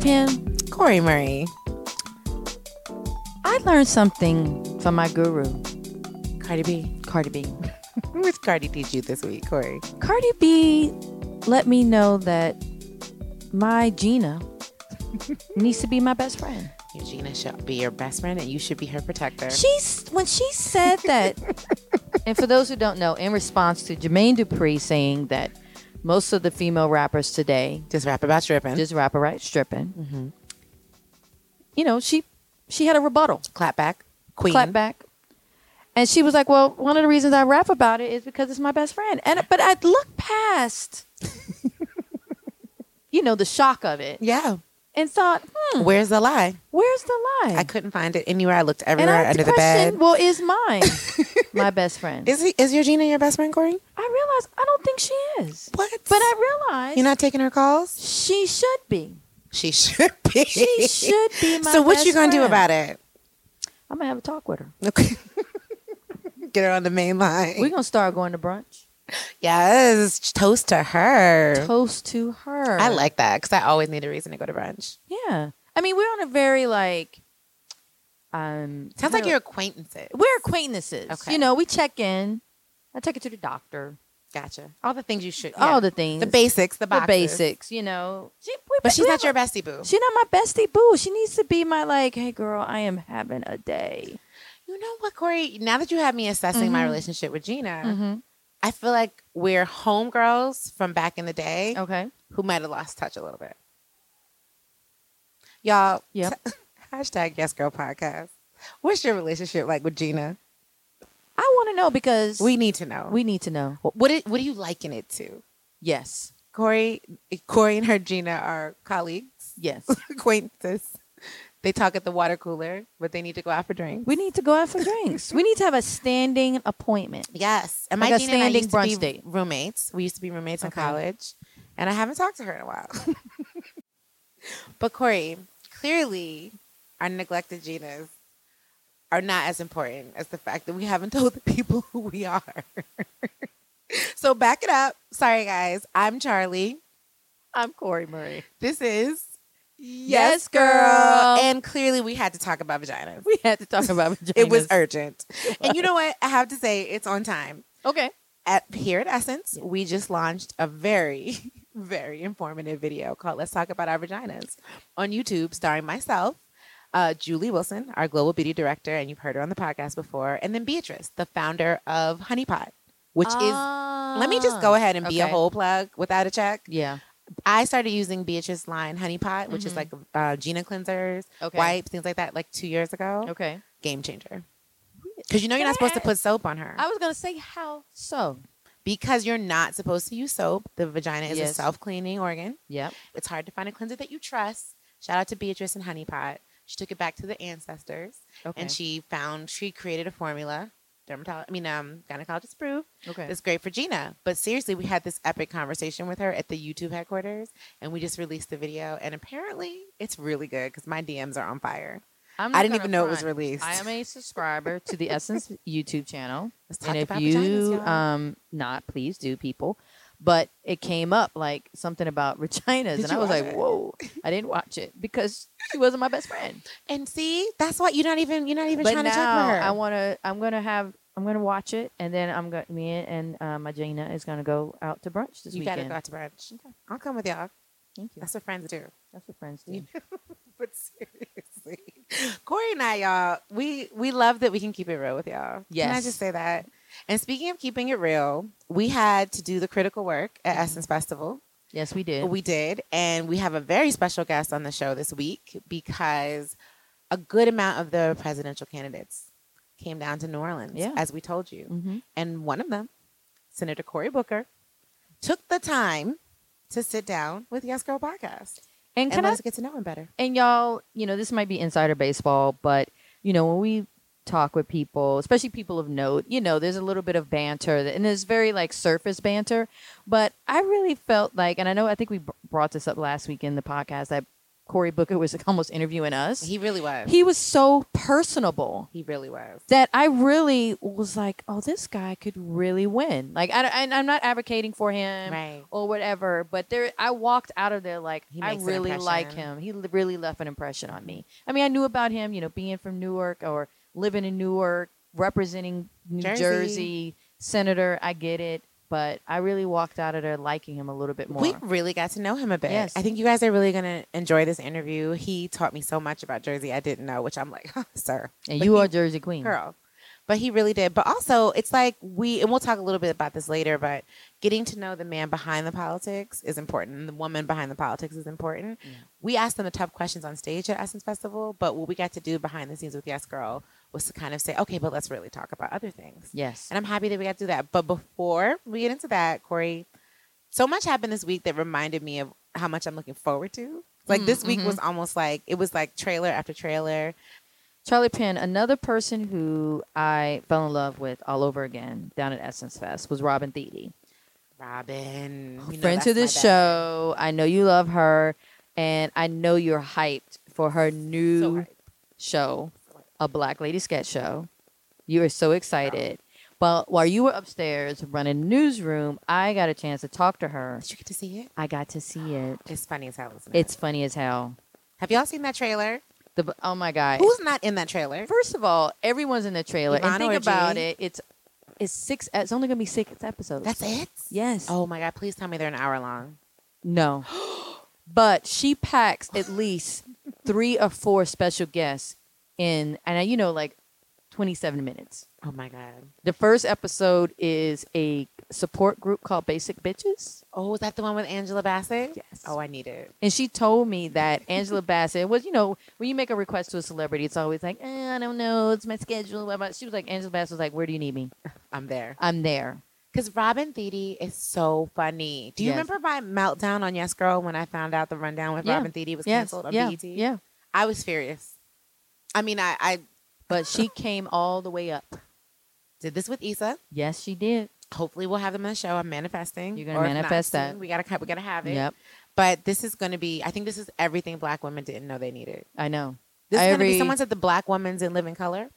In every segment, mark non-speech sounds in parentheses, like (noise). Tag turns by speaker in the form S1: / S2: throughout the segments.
S1: Kim, Corey Murray.
S2: I learned something from my guru,
S1: Cardi B.
S2: Cardi B.
S1: What's Cardi teach you this week, Corey?
S2: Cardi B let me know that my Gina needs to be my best friend.
S1: Eugenia should be your best friend and you should be her protector.
S2: She's when she said that, and for those who don't know, in response to Jermaine Dupri saying that most of the female rappers today
S1: Just rap about stripping.
S2: just rapper right stripping.
S1: Mm-hmm.
S2: You know, she she had a rebuttal.
S1: clap back. Queen.
S2: clap back. And she was like, "Well, one of the reasons I rap about it is because it's my best friend." And but I look
S1: (laughs)
S2: past, you know, the shock of it,
S1: Yeah.
S2: and thought, hmm,
S1: Where's the lie?
S2: "Where's the lie?"
S1: Mm. I couldn't find it anywhere. I looked
S2: and
S1: everywhere
S2: I
S1: under the
S2: questioned,
S1: bed.
S2: "Well, is
S1: (laughs)
S2: mine my best friend?"
S1: Is he, is Eugenia your best friend, Corey?
S2: I realized I don't think she is,
S1: What?
S2: but I realized
S1: You're not taking her calls?
S2: she should be.
S1: She should be.
S2: She should be my.
S1: so what you
S2: best
S1: gonna do
S2: friend.
S1: about it?
S2: I'm gonna have a talk with her.
S1: Okay. (laughs) Get her on the main line.
S2: We're gonna start going to brunch.
S1: yes, toast to her.
S2: Toast to her.
S1: I like that because I always need a reason to go to brunch.
S2: Yeah. I mean, we're on a very like um
S1: Sounds like
S2: kinda-
S1: your acquaintances.
S2: we're acquaintances.
S1: Okay.
S2: You know, we check in. I take her to the doctor.
S1: Gotcha. All the things you should.
S2: All
S1: yeah.
S2: the things.
S1: the basics, the
S2: The
S1: boxes.
S2: basics, you know. She, we-
S1: But she's
S2: we
S1: not your
S2: have
S1: bestie boo.
S2: a- She's not my bestie boo. She needs to be my like, hey girl, I am having a day.
S1: You know what, Corey? Now that you have me assessing my
S2: Mhm.
S1: relationship with Gina,
S2: Mm-hmm.
S1: I feel like we're homegirls from back in the day
S2: Okay.
S1: who might have lost touch a little bit. Y'all, (laughs)
S2: Yep.
S1: hashtag Yes Girl Podcast. What's your relationship like with Gina?
S2: I want to know because
S1: We need to know.
S2: we need to know.
S1: what it, what are you liking it to?
S2: Yes.
S1: Corey, Corey and her Gina are colleagues. (laughs)
S2: Yes.
S1: acquaintances. They talk at the water cooler, but they need to go out for drinks.
S2: we need to go out for drinks. We need to have a standing appointment.
S1: Yes, and
S2: Like a
S1: Gina and I
S2: standing
S1: used to
S2: brunch
S1: be
S2: date.
S1: roommates. We used to be roommates
S2: Okay.
S1: in college, and I haven't talked to her in a while. (laughs) but Corey, clearly, our neglected Ginas are not as important as the fact that we haven't (laughs) told the people who we are. (laughs) so back it up. Sorry, guys. I'm Charlie.
S2: I'm Corey Murray.
S1: This is
S2: Yes, Girl.
S1: and clearly we had to talk about vaginas.
S2: We had to talk (laughs) about vaginas.
S1: It was urgent. And you know what? I have to say, it's on time.
S2: okay.
S1: At here at Essence, we just launched a very, (laughs) very informative video called "Let's Talk About Our Vaginas" on YouTube, starring myself, uh, Julie Wilson, our global beauty director, and you've heard her on the podcast before, and then Beatrice, the founder of Honeypot, which is. Let me just go ahead and be a
S2: okay.
S1: whole plug without a check.
S2: Ah. Yeah.
S1: I started using Beatrice line Honeypot, which
S2: Mhm.
S1: is like uh, Gina cleansers,
S2: Okay.
S1: wipes, things like that, like two years ago
S2: Okay.
S1: game changer. Because you know you're
S2: Can
S1: not
S2: I
S1: supposed to
S2: add-
S1: put soap on her.
S2: I was gonna say how so.
S1: Because you're not supposed to use soap. The vagina is a
S2: Yes.
S1: self cleaning organ.
S2: Yep.
S1: It's hard to find a cleanser that you trust. Shout out to Beatrice and Honeypot. She took it back to the ancestors
S2: Okay.
S1: and she found, she created a formula, dermatologist, I mean, um, gynecologist approved.
S2: okay.
S1: It's great for Gina. But seriously, we had this epic conversation with her at the YouTube headquarters and we just released the video. And apparently, it's really good because my DMs are on fire.
S2: I'm
S1: I
S2: not
S1: didn't
S2: gonna
S1: even know it was
S2: front.
S1: released.
S2: I am a subscriber to the Essence YouTube channel,
S1: Let's (laughs) talk
S2: and if
S1: about
S2: you
S1: vaginas, y'all.
S2: um not, please do, people. But it came up like something about (laughs) vaginas,
S1: Did
S2: and I
S1: you
S2: was
S1: watch
S2: like,
S1: it?
S2: "Whoa!" I didn't watch it because she wasn't my best friend.
S1: And see, that's why you're not even you're not even
S2: but
S1: trying
S2: now
S1: to check for her.
S2: I want to. I'm gonna have. I'm gonna watch it, and then I'm gonna. Me and uh, my Gina is gonna go out to brunch this
S1: you gotta
S2: weekend.
S1: go out to brunch. I'll come with y'all.
S2: Thank you.
S1: That's what friends do. (laughs)
S2: That's what friends do.
S1: But seriously, (laughs) Corey and I, y'all, we we love that we can keep it real with y'all. Can I
S2: Yes.
S1: just say that? And speaking of keeping it real, we had to do the critical work at Essence Festival.
S2: Yes, we did.
S1: We did, and we have a very special guest on the show this week because a good amount of the presidential candidates came down to New Orleans,
S2: Yeah.
S1: as we told you.
S2: hmm
S1: And one of them, Senator Cory Booker, took the time to sit down with Yes Girl Podcast
S2: And
S1: and,
S2: can
S1: let
S2: I
S1: us get to know him better.
S2: and y'all, you know, this might be insider baseball, but you know, when we talk with people, especially people of note, you know, there's a little bit of banter, that, and there's very like surface banter. But I really felt like, and I know, I think we br- brought this up last week in the podcast that Cory Booker was like, almost interviewing us.
S1: He really was.
S2: he was so personable
S1: He really was.
S2: that I really was like, oh, this guy could really win. Like, I, I, I'm not advocating for him
S1: Right.
S2: or whatever, but there, I walked out of there like,
S1: He
S2: I
S1: makes an
S2: really like
S1: impression.
S2: him. He li- really left an impression on me. I mean, I knew about him, you know, being from Newark or living in Newark, representing New
S1: Jersey.
S2: Jersey, senator. I get it, but I really walked out of there liking him a little bit more.
S1: We really got to know him a bit.
S2: Yes.
S1: I think you guys are really going to enjoy this interview. He taught me so much about Jersey I didn't know, which I'm like, (laughs) sir,
S2: and
S1: but
S2: you
S1: he-
S2: are Jersey Queen.
S1: girl. But he really did. But also, it's like we, and we'll talk a little bit about this later, but getting to know the man behind the politics is important. and The woman behind the politics is important.
S2: Yeah.
S1: We asked them the tough questions on stage at Essence Festival, but what we got to do behind the scenes with Yes Girl was to kind of say, okay, but let's really talk about other things.
S2: Yes.
S1: And I'm happy that we got to do that. But before we get into that, Corey, so much happened this week that reminded me of how much I'm looking forward to. Like
S2: Mm,
S1: this week
S2: mhm.
S1: was almost like it was like trailer after trailer.
S2: Charlie Penn, another person who I fell in love with all over again down at Essence Fest was Robin Thede.
S1: Robin, you know
S2: Friend to
S1: that's my
S2: this
S1: bag.
S2: show. I know you love her, and I know you're hyped for her new
S1: So hype.
S2: show,
S1: So hype.
S2: a Black Lady Sketch Show. You are so excited. But while you were upstairs running the newsroom, I got a chance to talk to her.
S1: Did you get to see it?
S2: I got to see it.
S1: It's funny as hell. Isn't it?
S2: It's funny as hell.
S1: Have y'all seen that trailer?
S2: The oh my god,
S1: Who's not in that trailer?
S2: First of all, everyone's in the trailer.
S1: Yvonne
S2: and think about
S1: Orji.
S2: it, it's it's six. It's only gonna be six episodes.
S1: That's it.
S2: Yes.
S1: Oh my god! Please tell me they're an hour long.
S2: no. but she packs at least three or four special guests in, and I- you know, like twenty-seven minutes.
S1: Oh my god!
S2: The first episode is a support group called Basic Bitches,
S1: Oh, is that the one with Angela Bassett?
S2: Yes.
S1: Oh, I need it.
S2: and she told me that Angela Bassett was, you know, when you make a request to a celebrity, it's always like, eh, I don't know, it's my schedule. blah, blah. She was like, Angela Bassett was like, Where do you need me?
S1: I'm there.
S2: I'm there.
S1: Because Robin Thede is so funny. Do you
S2: Yes.
S1: remember my meltdown on Yes Girl when I found out the rundown with
S2: Yeah.
S1: Robin Thede was
S2: Yes.
S1: canceled on E
S2: yeah.
S1: BET?
S2: Yeah.
S1: I was furious. I mean, I, I
S2: but she came all the way up.
S1: did this with Issa.
S2: Yes, she did.
S1: Hopefully, we'll have them on the show. I'm manifesting.
S2: You're gonna
S1: Or if not,
S2: manifest
S1: soon.
S2: that.
S1: We gotta cut. We gotta have it.
S2: Yep,
S1: But this is gonna be. I think this is everything Black women didn't know they needed.
S2: I know.
S1: This is
S2: I
S1: gonna be.
S2: agree.
S1: Someone said the Black woman's in Living Color.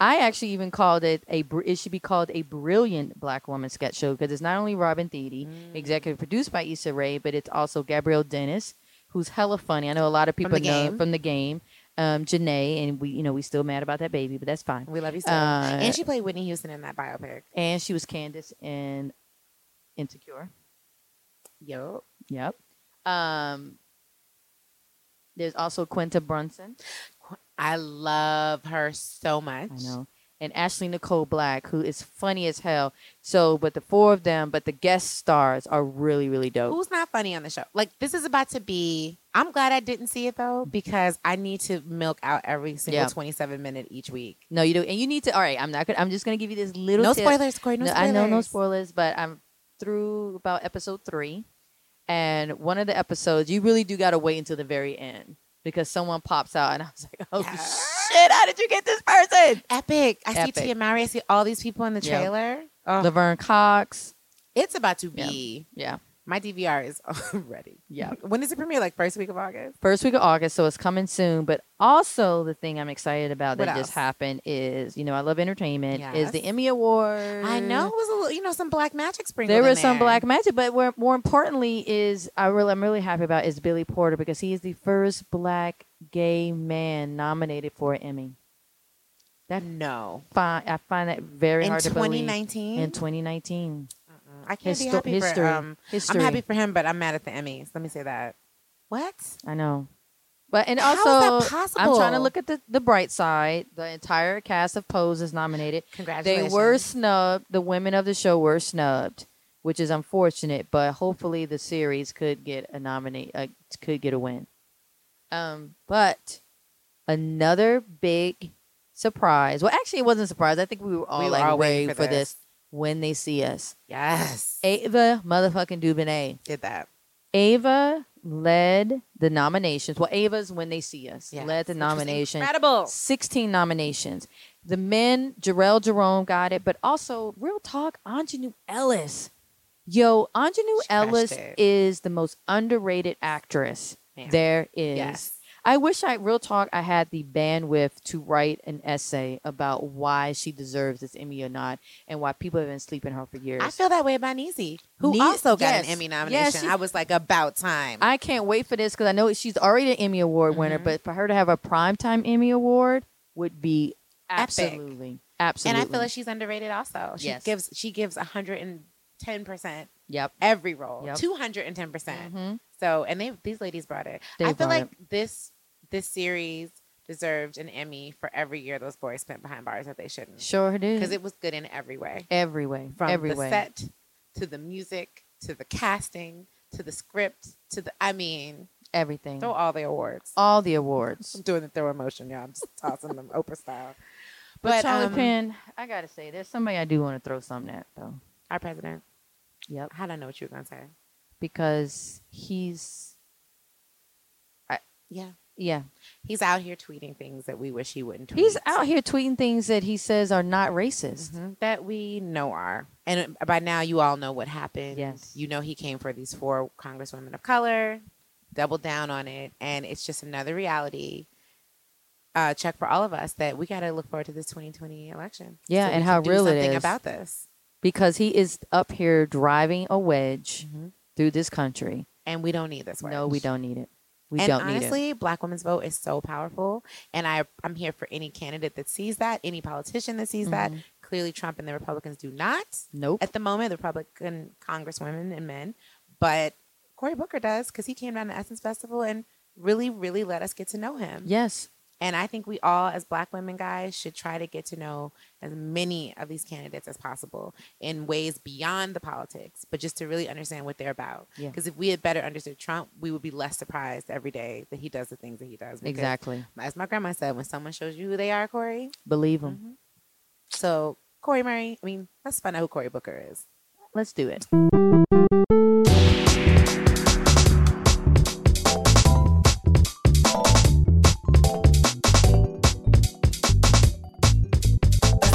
S2: I actually even called it a. br- It should be called a brilliant black woman sketch show because it's not only Robin Thede,
S1: Mm.
S2: executive produced by Issa Rae, but it's also Gabrielle Dennis, who's hella funny. I know a lot of people
S1: the
S2: know
S1: game.
S2: from the game, um, Janae, and we, you know, we still mad about that baby, but that's fine.
S1: We love you so.
S2: Uh,
S1: and she played Whitney Houston in that biopic.
S2: And she was Candace in Insecure.
S1: Yo.
S2: Yep. Um, there's also Quinta Brunson.
S1: I love her so much.
S2: I know. And Ashley Nicole Black, who is funny as hell. So, but the four of them, but the guest stars are really, really dope.
S1: Who's not funny on the show? Like this is about to be. I'm glad I didn't see it though because I need to milk out every single
S2: Yeah.
S1: 27 minute each week.
S2: No, you do, and you need to. All right, I'm not gonna. I'm just gonna give you this little.
S1: no
S2: tip.
S1: spoilers, Corey. No,
S2: No,
S1: spoilers.
S2: I know no spoilers, but I'm through about episode three, and one of the episodes you really do gotta wait until the very end because someone pops out, and I was like, (laughs) oh
S1: Yeah.
S2: shit, how did you get this person?
S1: Epic. I
S2: Epic.
S1: see Tia Mowry. I see all these people in the
S2: Yeah.
S1: trailer. Oh,
S2: Laverne Cox.
S1: it's about to
S2: Yeah.
S1: be.
S2: Yeah,
S1: My DVR is (laughs) ready.
S2: yeah.
S1: When does it premiere? Like first week of August.
S2: first week of August, so it's coming soon. But also, the thing I'm excited about
S1: What
S2: that
S1: else?
S2: just happened is, you know, I love entertainment. Is the
S1: Yes.
S2: Emmy Award?
S1: I know it was a little, you know, some black magic sprinkled.
S2: There
S1: in
S2: was some
S1: there.
S2: black magic, but where, more importantly is I really, I'm really happy about is Billy Porter because he is the first black gay man nominated for an Emmy. That
S1: No.
S2: find I find that very
S1: In
S2: hard to believe
S1: 2019.
S2: in 2019
S1: Mm-mm. I can't be
S2: Histo-
S1: happy
S2: history.
S1: for. Um,
S2: history.
S1: I'm happy for him, but I'm mad at the Emmys. Let me say that. What?
S2: I know, but and
S1: How
S2: also
S1: is that possible?
S2: I'm trying to look at the the bright side. The entire cast of Pose is nominated. They
S1: Congratulations.
S2: were snubbed. The women of the show were snubbed, which is unfortunate. But hopefully, the series could get a nominate, uh, could get a win. Um, but another big surprise. Well, actually, it wasn't a surprise. I think we were all
S1: were
S2: like
S1: all waiting
S2: waiting
S1: for
S2: for this. when they see us.
S1: Yes.
S2: Ava motherfucking Dubonnet.
S1: did that.
S2: Ava led the nominations. Well, Ava's when they see us
S1: Yes.
S2: led the
S1: Which was
S2: nomination.
S1: Incredible.
S2: 16 nominations. The men, Jarrell Jerome got it, but also, real talk, Anjanou Ellis. Yo, Anjanou
S1: She crushed
S2: Ellis
S1: it.
S2: is the most underrated actress.
S1: Man.
S2: There is.
S1: Yes.
S2: I wish I real talk I had the bandwidth to write an essay about why she deserves this Emmy or not and why people have been sleeping on her for years.
S1: I feel that way about Niecy, who
S2: Nee-
S1: also got
S2: yes.
S1: an Emmy
S2: Yes,
S1: nomination.
S2: she-
S1: I was like, about time.
S2: I can't wait for this because I know she's already an Emmy Award winner,
S1: Mhm.
S2: but for her to have a primetime Emmy Award would be
S1: Epic.
S2: absolutely, absolutely.
S1: And I feel like she's underrated also. She
S2: Yes.
S1: gives she gives 110%
S2: yep.
S1: every role.
S2: Yep.
S1: 210%. percent
S2: Mhm.
S1: So, and they these ladies brought it.
S2: They
S1: I feel
S2: brought
S1: like this this series deserved an Emmy for every year those boys spent behind bars that they shouldn't.
S2: Sure it is.
S1: Cuz it was good in every way.
S2: every way,
S1: From
S2: every
S1: the
S2: way.
S1: set to the music to the casting to the script to the I mean,
S2: everything,
S1: throw all the awards.
S2: all the awards.
S1: I'm doing the throw emotion,
S2: (laughs)
S1: y'all. I'm just tossing them Oprah style.
S2: But, Charlie
S1: um,
S2: Penn, I gotta say, there's somebody I do want to throw something at though.
S1: our president,
S2: Yep.
S1: how do I know what you were going to say?
S2: because he's
S1: Yeah.
S2: yeah
S1: He's out here tweeting things that we wish he wouldn't tweet.
S2: he's out here tweeting things that he says are not racist
S1: Mhm, that we know are. And uh, by now, you all know what happened.
S2: Yes.
S1: You know, he came for these four congresswomen of color, doubled down on it. And it's just another reality uh, check for all of us that we got to look forward to this 2020 election.
S2: Yeah,
S1: we
S2: and
S1: can
S2: how
S1: do
S2: real it
S1: something
S2: is.
S1: about this.
S2: because he is up here driving a wedge
S1: Mm-hmm.
S2: through this country
S1: And we don't need this.
S2: Mm-hmm. no we
S1: wedge.
S2: don't need it we
S1: and
S2: don't
S1: honestly,
S2: need
S1: black women's vote is so powerful. And I, I'm here for any candidate that sees that, any politician that sees that.
S2: Mhm.
S1: Clearly, Trump and the Republicans do not
S2: it nope
S1: at the moment, the Republican congresswomen and men. But Cory Booker does because he came down to Essence Festival and really, really let us get to know him.
S2: yes
S1: And I think we all, as black women, guys, should try to get to know as many of these candidates as possible in ways beyond the politics, but just to really understand what they're about.
S2: Yeah.
S1: Because if we had better understood Trump, we would be less surprised every day that he does the things that he does. Because
S2: exactly
S1: As my grandma said, when someone shows you who they are, Corey.
S2: believe him
S1: Mhm. So, Corey Murray, I mean, let's find out who Cory Booker is.
S2: let's do it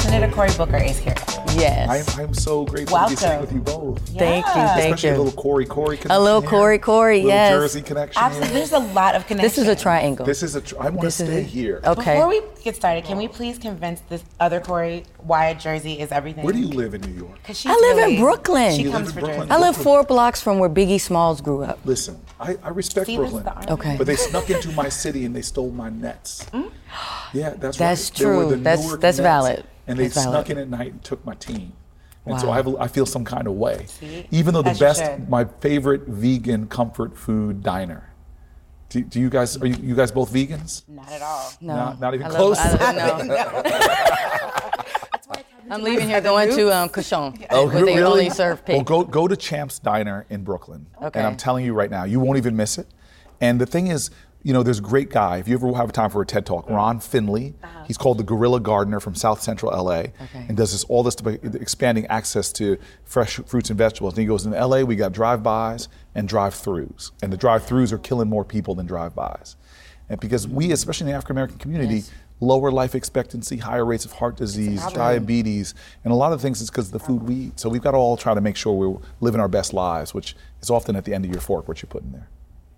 S1: Senator Cory Booker is here.
S3: I'm,
S2: yes
S3: I'm so grateful to be sitting with you both.
S4: Thank you,
S1: Yeah.
S4: thank
S3: Especially a
S4: you.
S3: little Corey Corey connection.
S4: A little
S3: here,
S4: Corey Corey,
S3: little
S4: yes.
S3: Jersey connection. here.
S1: Absolutely. There's a lot of connection.
S4: This is a triangle.
S3: This is a. Tr- I want to
S4: This is
S3: stay
S4: a-
S3: here.
S4: Okay.
S1: Before we get started, can we please convince this other Corey why Jersey is everything?
S3: Where do you live in New York?
S1: 'Cause she's
S4: I live
S1: really-
S4: in Brooklyn.
S1: She
S3: You
S1: comes
S3: live
S1: for
S3: in Brooklyn?
S1: Jersey.
S4: I live four blocks from where Biggie Smalls grew up.
S3: Listen, I, I respect
S1: See, this is
S3: Brooklyn,
S1: the army.
S4: Okay.
S3: but they snuck into my city and they stole my nets. Yeah, that's
S4: Mm? That's
S3: right. They were
S4: true.
S3: the
S4: That's-
S3: Newark
S4: that's
S3: Nets,
S4: valid.
S3: And they
S4: That's valid.
S3: snuck in at night and took my team. And so
S4: Wow.
S3: I, have, a- I feel some kind of way,
S1: See?
S3: even though the
S1: As you
S3: best,
S1: should.
S3: my favorite vegan comfort food diner. Do, do you guys are you, you guys both vegans?
S1: Not at all.
S4: No,
S3: Not, not even
S4: I
S3: close.
S4: Love, I love,
S3: (laughs)
S4: no. I'm leaving here going to um, Cushon, where they only serve pig.
S3: Oh, Well, go go to Champ's Diner in Brooklyn,
S4: Okay.
S3: and I'm telling you right now, you won't even miss it. And the thing is, you know, there's a great guy. If you ever have time for a TED Talk, Ron Finley.
S4: Uh-huh.
S3: He's called the Gorilla Gardener from South Central LA, and does this all this to be- expanding access to fresh fruits and vegetables. And he goes in LA, we got drive-bys and drive-throughs, and the drive-throughs are killing more people than drive-bys, and because we, especially in the African American community. Lower life expectancy, higher rates of heart disease, diabetes, and a lot of things is because of the food we eat. So we've got to all try to make sure we're living our best lives, which is often at the end of your fork what you put in there.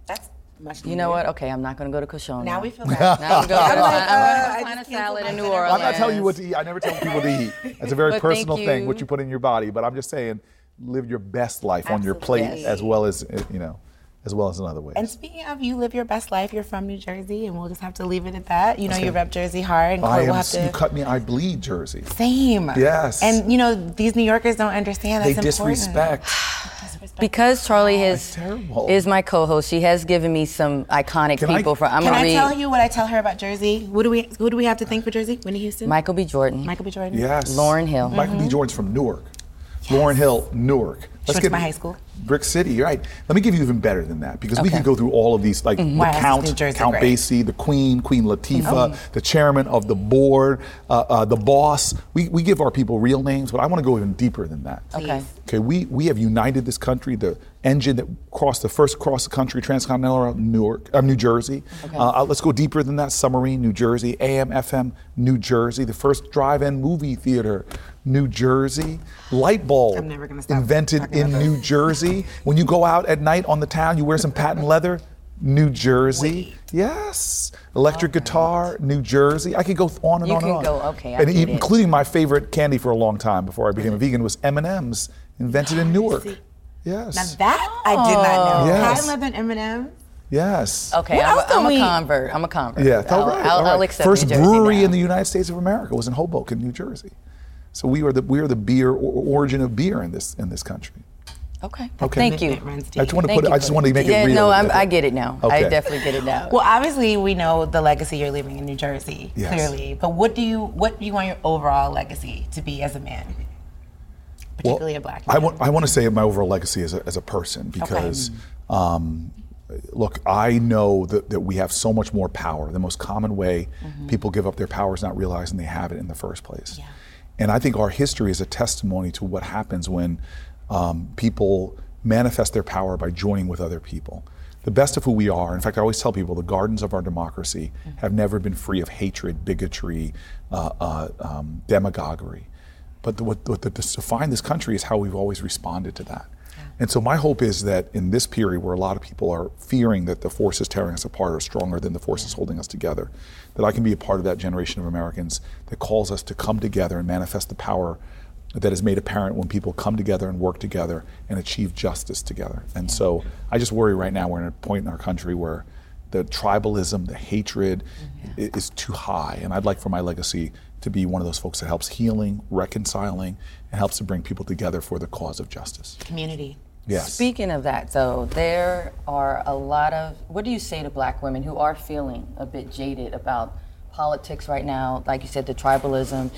S1: That's much.
S4: You know what? Okay, I'm not going to go to Cushon.
S1: Now
S3: (laughs)
S1: we feel bad.
S4: Now I'm going
S1: I'm
S4: to
S1: like, uh, I
S4: find,
S1: just
S4: a
S1: canceled
S4: salad
S1: my
S4: in New
S1: dinner.
S4: Orleans.
S3: I'm not telling you what to eat. I never tell people
S1: (laughs)
S3: to eat. It's a very
S4: But thank
S3: personal thing,
S4: you.
S3: what you put in your body. But I'm just saying, live your best life on your plate
S1: Absolutely.
S3: as well as uh, you know, as well as in other ways.
S1: And speaking of you live your best life, you're from New Jersey, and we'll just have to leave it at that. You know, you rep Jersey hard, and
S3: I
S1: Corey will
S3: am.
S1: have
S3: You
S1: to.
S3: cut me. I bleed, Jersey.
S1: Same.
S3: Yes.
S1: And you know, these New Yorkers don't understand.
S3: They
S1: That's important.
S3: disrespect.
S4: Because Charlie
S3: That's
S4: is,
S3: Oh, terrible.
S4: is my co-host, she has given me some iconic
S3: Can I-
S4: people from. I'm
S1: Can
S4: gonna
S1: I
S4: read
S1: tell you what I tell her about Jersey? What do we? Who do we have to thank for Jersey? Winnie Houston,
S4: Michael B. Jordan.
S1: Michael B. Jordan.
S3: Yes.
S4: Lauryn Hill.
S3: Michael B. Jordan's from Newark. Lauren Hill, Newark.
S1: Mm-hmm. went to my high school.
S3: Brick City, right? Let me give you even better than that because we
S4: Okay.
S3: could go through all of these, like the
S1: Wow, this is Mm-hmm. New
S3: Count,
S1: Jersey, Mm-hmm.
S3: Count
S1: great.
S3: Basie, the Queen, Queen Latifah, the chairman of the board, uh, uh, the boss. We, we give our people real names, but I want to go even deeper than that.
S4: Okay.
S3: Okay, we, we have united this country. The engine that crossed the first cross the country transcontinental route, Newark, uh, New Jersey. Uh, uh, let's go deeper than that. Submarine, New Jersey. AM, FM, New Jersey. The first drive-in movie theater, New Jersey. Light bulb,
S1: I'm never gonna stop
S3: invented
S1: talking
S3: in
S1: about this.
S3: New Jersey. When you go out at night on the town, you wear some patent leather. New Jersey. Yes. Electric guitar, New Jersey. I could go th- on and
S2: You
S3: on and
S2: can
S3: on.
S2: go, okay, I
S3: and
S2: get
S3: even-
S2: it.
S3: including my favorite candy for a long time before I became a vegan was M&M's invented in Newark. Yes.
S1: That I did not know.
S3: Yes.
S1: High leather M&M.
S3: Yes.
S2: Okay, I'm, I'm a convert. I'm a convert.
S3: Yeah, all
S2: I'll,
S3: right,
S2: I'll,
S3: all right.
S2: I'll accept
S3: First
S2: New Jersey
S3: brewery
S2: now.
S3: in the United States of America was in Hoboken, New Jersey. So we are the we are the beer or- origin of beer in this in this country.
S2: Okay.
S3: Okay.
S2: Thank you.
S1: That runs
S3: I
S1: deep.
S3: just want to
S2: Thank
S3: put. it-
S2: you
S3: I just
S2: for
S3: want to
S2: that.
S3: make
S2: yeah,
S3: it real.
S2: No, I'm, I get it now. I
S3: Okay.
S2: definitely get it now.
S1: Well, obviously, we know the legacy you're leaving in New Jersey,
S3: Yes.
S1: clearly. But what do you what do you want your overall legacy to be as a man,
S3: Well,
S1: particularly a black man?
S3: I want. I want to say my overall legacy as a, as a person because. Um, Look, I know that, that we have so much more power. The most common way
S1: Mm-hmm.
S3: people give up their power is not realizing they have it in the first place. And I think our history is a testimony to what happens when um, people manifest their power by joining with other people. The best of who we are, in fact, I always tell people the gardens of our democracy
S1: Mm-hmm.
S3: have never been free of hatred, bigotry, uh, uh, um, demagoguery. But the, what, what the, to define this country is how we've always responded to that. And so my hope is that in this period where a lot of people are fearing that the forces tearing us apart are stronger than the forces holding us together, that I can be a part of that generation of Americans that calls us to come together and manifest the power that is made apparent when people come together and work together and achieve justice together. And so I just worry right now we're at a point in our country where the tribalism, the hatred i- is too high. And I'd like for my legacy to be one of those folks that helps healing, reconciling, and helps to bring people together for the cause of justice.
S1: community.
S3: Yes.
S2: Speaking of that, though, there are a lot of. What do you say to black women who are feeling a bit jaded about politics right now? Like you said, the tribalism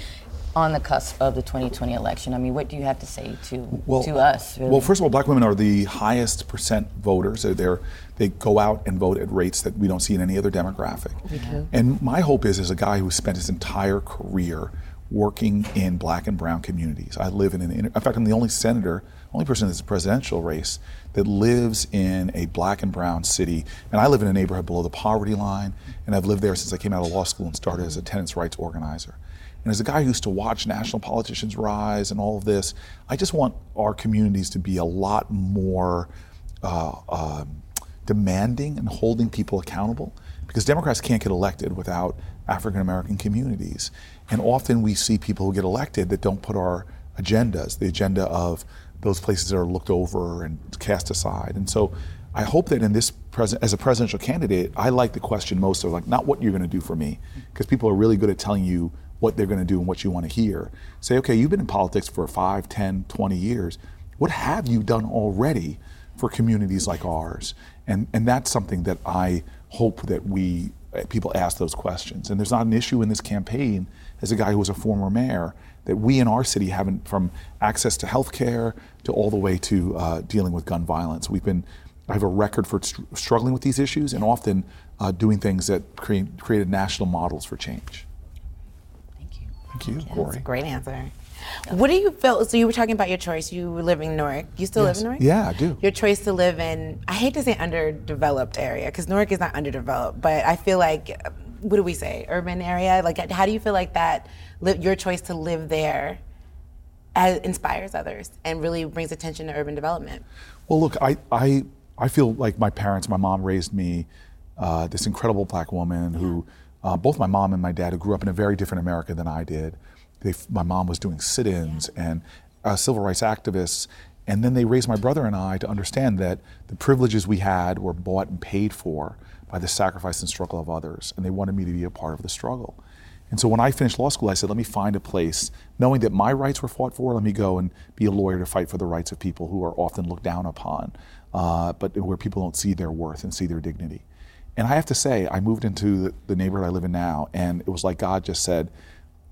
S2: on the cusp of the 2020 election. I mean, what do you have to say to to us? Really?
S3: Well, first of all, black women are the highest percent voters. They're, they're, they go out and vote at rates that we don't see in any other demographic. And my hope is, as a guy who spent his entire career working in black and brown communities, I live in an, inner- in fact, I'm the only senator, only person that's a presidential race that lives in a black and brown city. And I live in a neighborhood below the poverty line, and I've lived there since I came out of law school and started as a tenants' rights organizer. And as a guy who used to watch national politicians rise and all of this, I just want our communities to be a lot more uh, um demanding and holding people accountable because Democrats can't get elected without African American communities. And often we see people who get elected that don't put our agendas, the agenda of those places that are looked over and cast aside. And so I hope that in this present, as a presidential candidate, I like the question most of like, not what you're going to do for me, because people are really good at telling you what they're going to do and what you want to hear. Say, okay, you've been in politics for 5, 10, 20 years. What have you done already for communities like ours? And, and that's something that I hope that we uh, people ask those questions. And there's not an issue in this campaign, as a guy who was a former mayor, that we in our city haven't, from access to health care to all the way to uh, dealing with gun violence. We've been, I have a record for str- struggling with these issues and often uh, doing things that create, created national models for change.
S1: Thank you.
S3: Thank you,
S1: That's a
S3: Corey.
S1: great answer. What do you feel? So you were talking about your choice. You were living in Newark. You still live in Newark?
S3: Yeah, I do.
S1: Your choice to live in, I hate to say underdeveloped area, because Newark is not underdeveloped, but I feel like, um, what do we say, urban area? Like, how do you feel like that, li- your choice to live there uh inspires others and really brings attention to urban development?
S3: Well, look, I, I, I feel like my parents, my mom raised me, uh, this incredible black woman who, uh, both my mom and my dad, who grew up in a very different America than I did. They, f- my mom was doing sit ins and uh, civil rights activists. And then they raised my brother and I to understand that the privileges we had were bought and paid for by the sacrifice and struggle of others. And they wanted me to be a part of the struggle. And so when I finished law school, I said, let me find a place, knowing that my rights were fought for, let me go and be a lawyer to fight for the rights of people who are often looked down upon, uh, but where people don't see their worth and see their dignity. And I have to say, I moved into the, the neighborhood I live in now, and it was like God just said,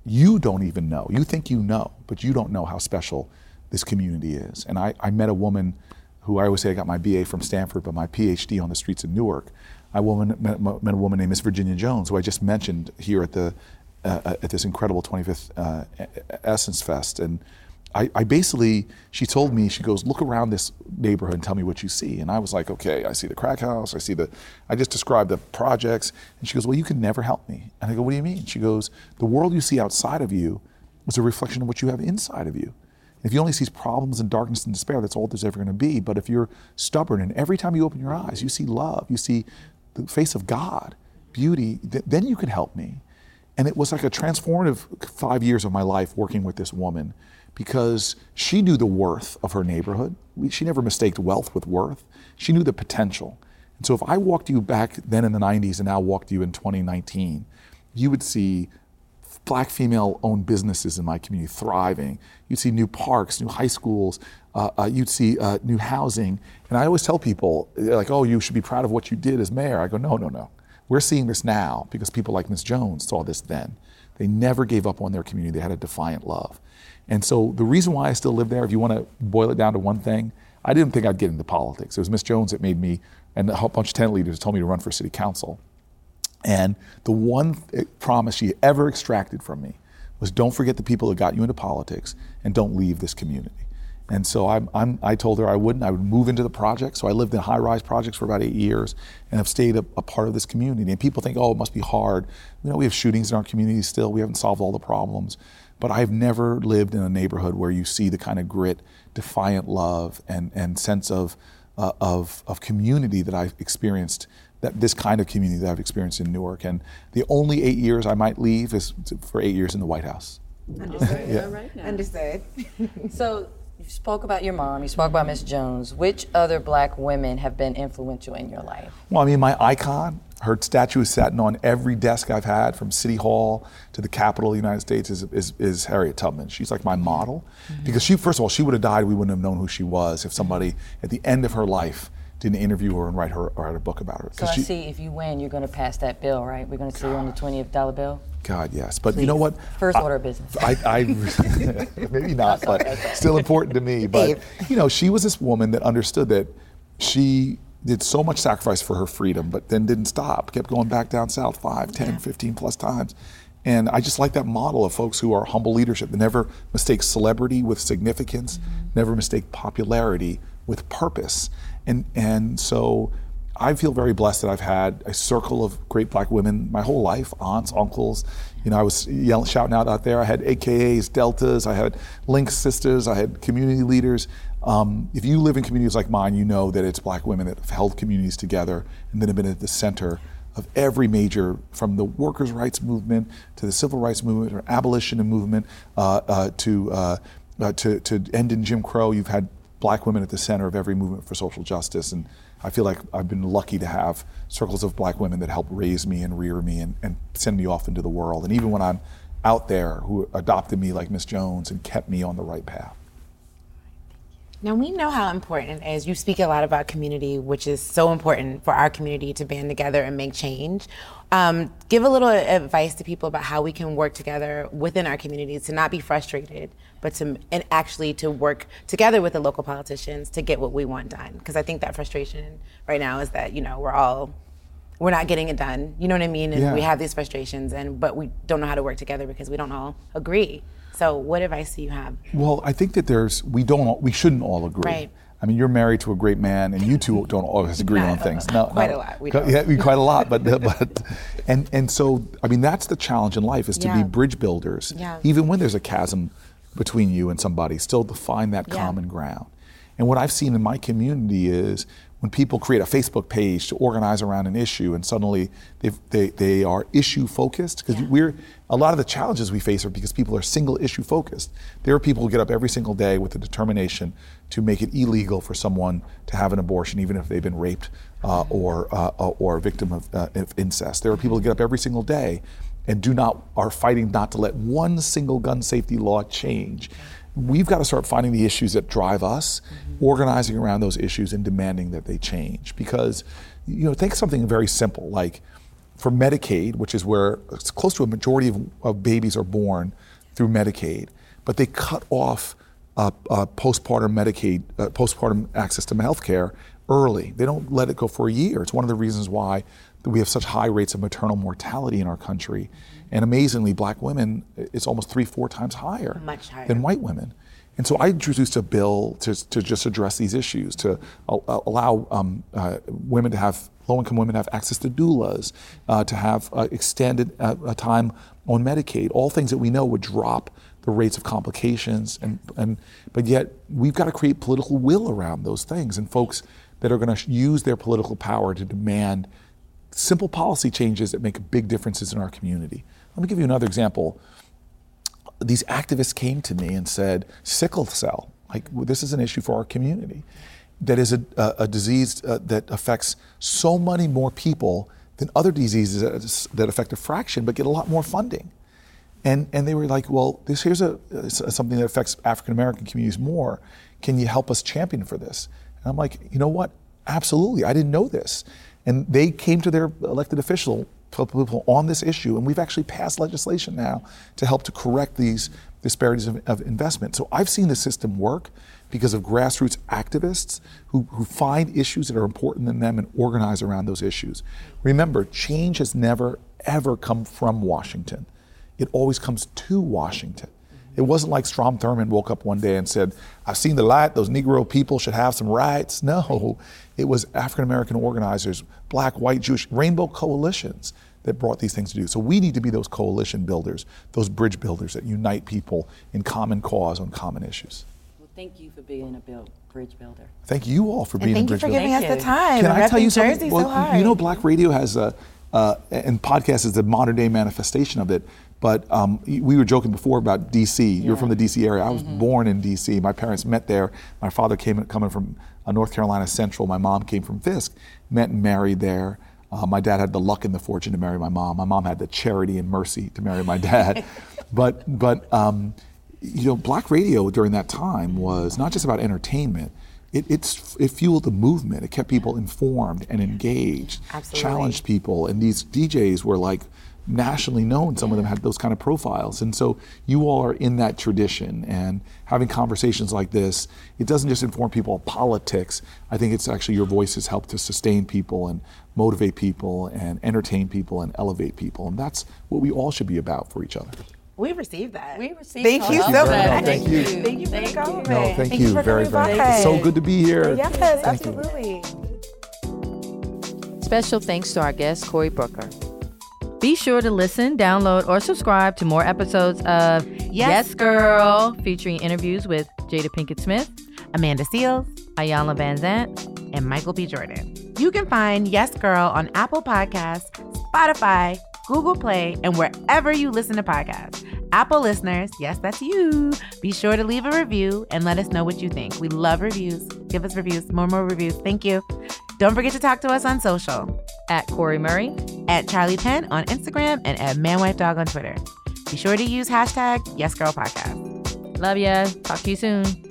S3: you don't even know. You think you know, but you don't know how special this community is. And I, I met a woman who I always say I got my BA from Stanford, but my PhD on the streets of Newark. I woman, met, met a woman named Miss Virginia Jones, who I just mentioned here at the uh, uh, at this incredible 25th uh, E- E- Essence Fest, and I, I basically, she told me, she goes, look around this neighborhood and tell me what you see. And I was like, okay, I see the crack house. I see the, I just described the projects. And she goes, well, you can never help me. And I go, what do you mean? She goes, the world you see outside of you is a reflection of what you have inside of you. If you only see problems and darkness and despair, that's all there's ever going to be. But if you're stubborn and every time you open your eyes, you see love, you see the face of God, beauty, th- then you can help me. And it was like a transformative five years of my life working with this woman because she knew the worth of her neighborhood. We, she never mistaked wealth with worth. She knew the potential. And so if I walked you back then in the 90s and now walked you in 2019, you would see black female owned businesses in my community thriving. You'd see new parks, new high schools, uh, uh, you'd see uh, new housing. And I always tell people, they're like, oh, you should be proud of what you did as mayor. I go, no, no, no. We're seeing this now because people like Ms. Jones saw this then. They never gave up on their community, they had a defiant love. And so the reason why I still live there, if you want to boil it down to one thing, I didn't think I'd get into politics. It was Ms. Jones that made me, and a whole bunch of tenant leaders told me to run for city council. And the one th- promise she ever extracted from me was don't forget the people that got you into politics and don't leave this community. And so I'm, I'm, I told her I wouldn't. I would move into the project. So I lived in high rise projects for about eight years and have stayed a, a part of this community. And people think, oh, it must be hard. You know, we have shootings in our community still. We haven't solved all the problems. But I've never lived in a neighborhood where you see the kind of grit, defiant love, and, and sense of, uh, of, of community that I've experienced that this kind of community that I've experienced in Newark. And the only eight years I might leave is for eight years in the White House.
S5: Understood.
S3: Yeah.
S5: Understood.
S4: So you spoke about your mom. You spoke about Miss Jones. Which other black women have been influential in your life?
S3: Well, I mean, my icon, her statue is sitting on every desk I've had from City Hall to the Capitol of the United States is, is, is Harriet Tubman. She's like my model
S4: Mm-hmm.
S3: because she, first of all, she would have died. We wouldn't have known who she was if somebody at the end of her life didn't interview her and write her or write a book about her.
S4: So
S3: 'Cause
S4: I
S3: she-
S4: see if you win, you're going to pass that bill, right? We're going to see you on the twentieth dollar bill.
S3: God, yes. But you know what?
S4: First
S3: I-
S4: order of business.
S3: I,
S4: (laughs)
S3: I maybe not, but still important to me. But you know, she was this woman that understood that she did so much sacrifice for her freedom, but then didn't stop. Kept going back down south five, 10, 15 plus times. And I just like that model of folks who are humble leadership. They never mistake celebrity with significance,
S4: Mm-hmm.
S3: never mistake popularity with purpose. And and so I feel very blessed that I've had a circle of great black women my whole life aunts, uncles. You know, I was yelling, shouting out out there. I had AKAs, Deltas, I had Link sisters, I had community leaders. Um, if you live in communities like mine, you know that it's black women that have held communities together and then have been at the center of every major, from the workers' rights movement to the civil rights movement or abolition movement uh, uh, to, uh, uh, to, to end in Jim Crow. You've had black women at the center of every movement for social justice. And I feel like I've been lucky to have circles of black women that help raise me and rear me and, and send me off into the world. And even when I'm out there, who adopted me like Miss Jones and kept me on the right path.
S5: Now we know how important it is. You speak a lot about community, which is so important for our community to band together and make change. Um, give a little advice to people about how we can work together within our communities to not be frustrated, but to and actually to work together with the local politicians to get what we want done. Because I think that frustration right now is that you know we're all we're not getting it done. You know what I mean? And
S3: Yeah.
S5: we have these frustrations, and but we don't know how to work together because we don't all agree. So, what advice do you have?
S3: Well, I think that there's we don't all- we shouldn't all agree.
S5: Right.
S3: I mean, you're married to a great man, and you two don't always agree on things. No,
S5: (laughs) Quite
S3: no.
S5: a lot, we
S3: Co-
S5: don't.
S3: Yeah, we- quite a lot,
S5: (laughs)
S3: but but, and and so I mean, that's the challenge in life is to be
S5: Yeah.
S3: bridge builders,
S5: Yeah.
S3: even when there's a chasm between you and somebody, still to find that
S5: Yeah.
S3: common ground. And what I've seen in my community is when people create a Facebook page to organize around an issue, and suddenly they've- they they are issue focused because we're a lot of the challenges we face are because people are single issue focused. There are people who get up every single day with the determination to make it illegal for someone to have an abortion, even if they've been raped uh, or uh, or a victim of, uh, of incest. There are people who get up every single day and do not are fighting not to let one single gun safety law change. We've got to start finding the issues that drive us, organizing around those issues and demanding that they change. Because, you know, think something very simple like for Medicaid, which is where it's close to a majority of, of babies are born through Medicaid, but they cut off uh, uh, postpartum Medicaid, uh, postpartum access to health care early. They don't let it go for a year. It's one of the reasons why we have such high rates of maternal mortality in our country. And amazingly, black women, it's almost three, four times higher,
S5: Much higher.
S3: than white women. And so I introduced a bill to, to just address these issues, to al- al- allow um, uh, women to have, low income women to have access to doulas, uh, to have uh, extended uh, uh, time on Medicaid, all things that we know would drop the rates of complications, and and but yet we've got to create political will around those things, and folks that are going to use their political power to demand simple policy changes that make big differences in our community. Let me give you another example these activists came to me and said, sickle cell, like well, this is an issue for our community. That is a, a, a disease uh, that affects so many more people than other diseases that is- that affect a fraction, but get a lot more funding. And, and they were like, well, this here's a, uh, s- something that affects African American communities more. Can you help us champion for this? And I'm like, you know what? Absolutely. I didn't know this. And they came to their elected official people on this issue, and we've actually passed legislation now to help to correct these disparities of, of investment. So I've seen the system work because of grassroots activists who, who find issues that are important to them and organize around those issues. Remember, change has never, ever come from Washington. It always comes to Washington. It wasn't like Strom Thurmond woke up one day and said, I've seen the light, those Negro people should have some rights. No, it was African American organizers, black, white, Jewish, rainbow coalitions that brought these things to do. So we need to be those coalition builders, those bridge builders that unite people in common cause on common issues.
S4: Well, thank you for being a build, bridge builder.
S3: Thank you all for being a
S5: Thank you
S3: bridge
S5: for
S3: builder.
S5: giving us the
S4: you.
S5: time.
S3: Can I tell you
S5: repping
S3: something?
S5: Jersey
S3: Well,
S5: so hard.
S3: You know, Black Radio has a, uh, and podcast is the modern day manifestation of it. But um, we were joking before about D.C. You're from the D.C. area. I was born in D.C. My parents met there. My father came coming from uh, North Carolina Central. My mom came from Fisk. Met and married there. Uh, my dad had the luck and the fortune to marry my mom. My mom had the charity and mercy to marry my dad. but but um, you know, black radio during that time was not just about entertainment. It, it's, it fueled the movement. It kept people informed and engaged, challenged people. And these DJs were like nationally known. Some of them had those kind of profiles. And so you all are in that tradition. And having conversations like this, it doesn't just inform people of politics. I think it's actually your voices help to sustain people and motivate people and entertain people and elevate people. And that's what we all should be about for each other.
S5: we received that.
S4: We received
S5: Thank
S4: some
S5: you
S4: of
S5: so
S4: that.
S5: much.
S3: No, thank you.
S5: Thank you for the compliment.
S3: No, thank,
S5: Thank
S3: you,
S5: for
S3: very,
S5: coming
S3: very much.
S5: back.
S3: It's so good to be here.
S5: Yes,
S3: Thank you.
S5: absolutely.
S2: Special thanks to our guest, Cory Booker. Be sure to listen, download, or subscribe to more episodes of Yes, Girl, featuring interviews with Jada Pinkett Smith,
S1: Amanda Seals
S2: Ayala Van Zant,
S1: and Michael B. Jordan. You can find Yes Girl on Apple Podcasts, Spotify, Google Play, and wherever you listen to podcasts. Apple listeners, yes, that's you. Be sure to leave a review and let us know what you think. We love reviews. Give us reviews, more, more reviews. Thank you. Don't forget to talk to us on social
S2: at Corey Murray.
S1: at Charlie Penn on Instagram and at ManWifeDog on Twitter. Be sure to use hashtag YesGirlPodcast.
S2: Love ya. Talk to you soon.